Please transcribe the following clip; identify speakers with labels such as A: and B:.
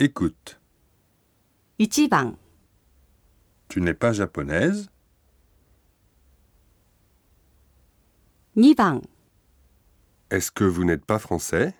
A: Écoute,
B: 1番、
A: tu n'es pas japonaise,
B: 2番、
A: est-ce que vous n'êtes pas français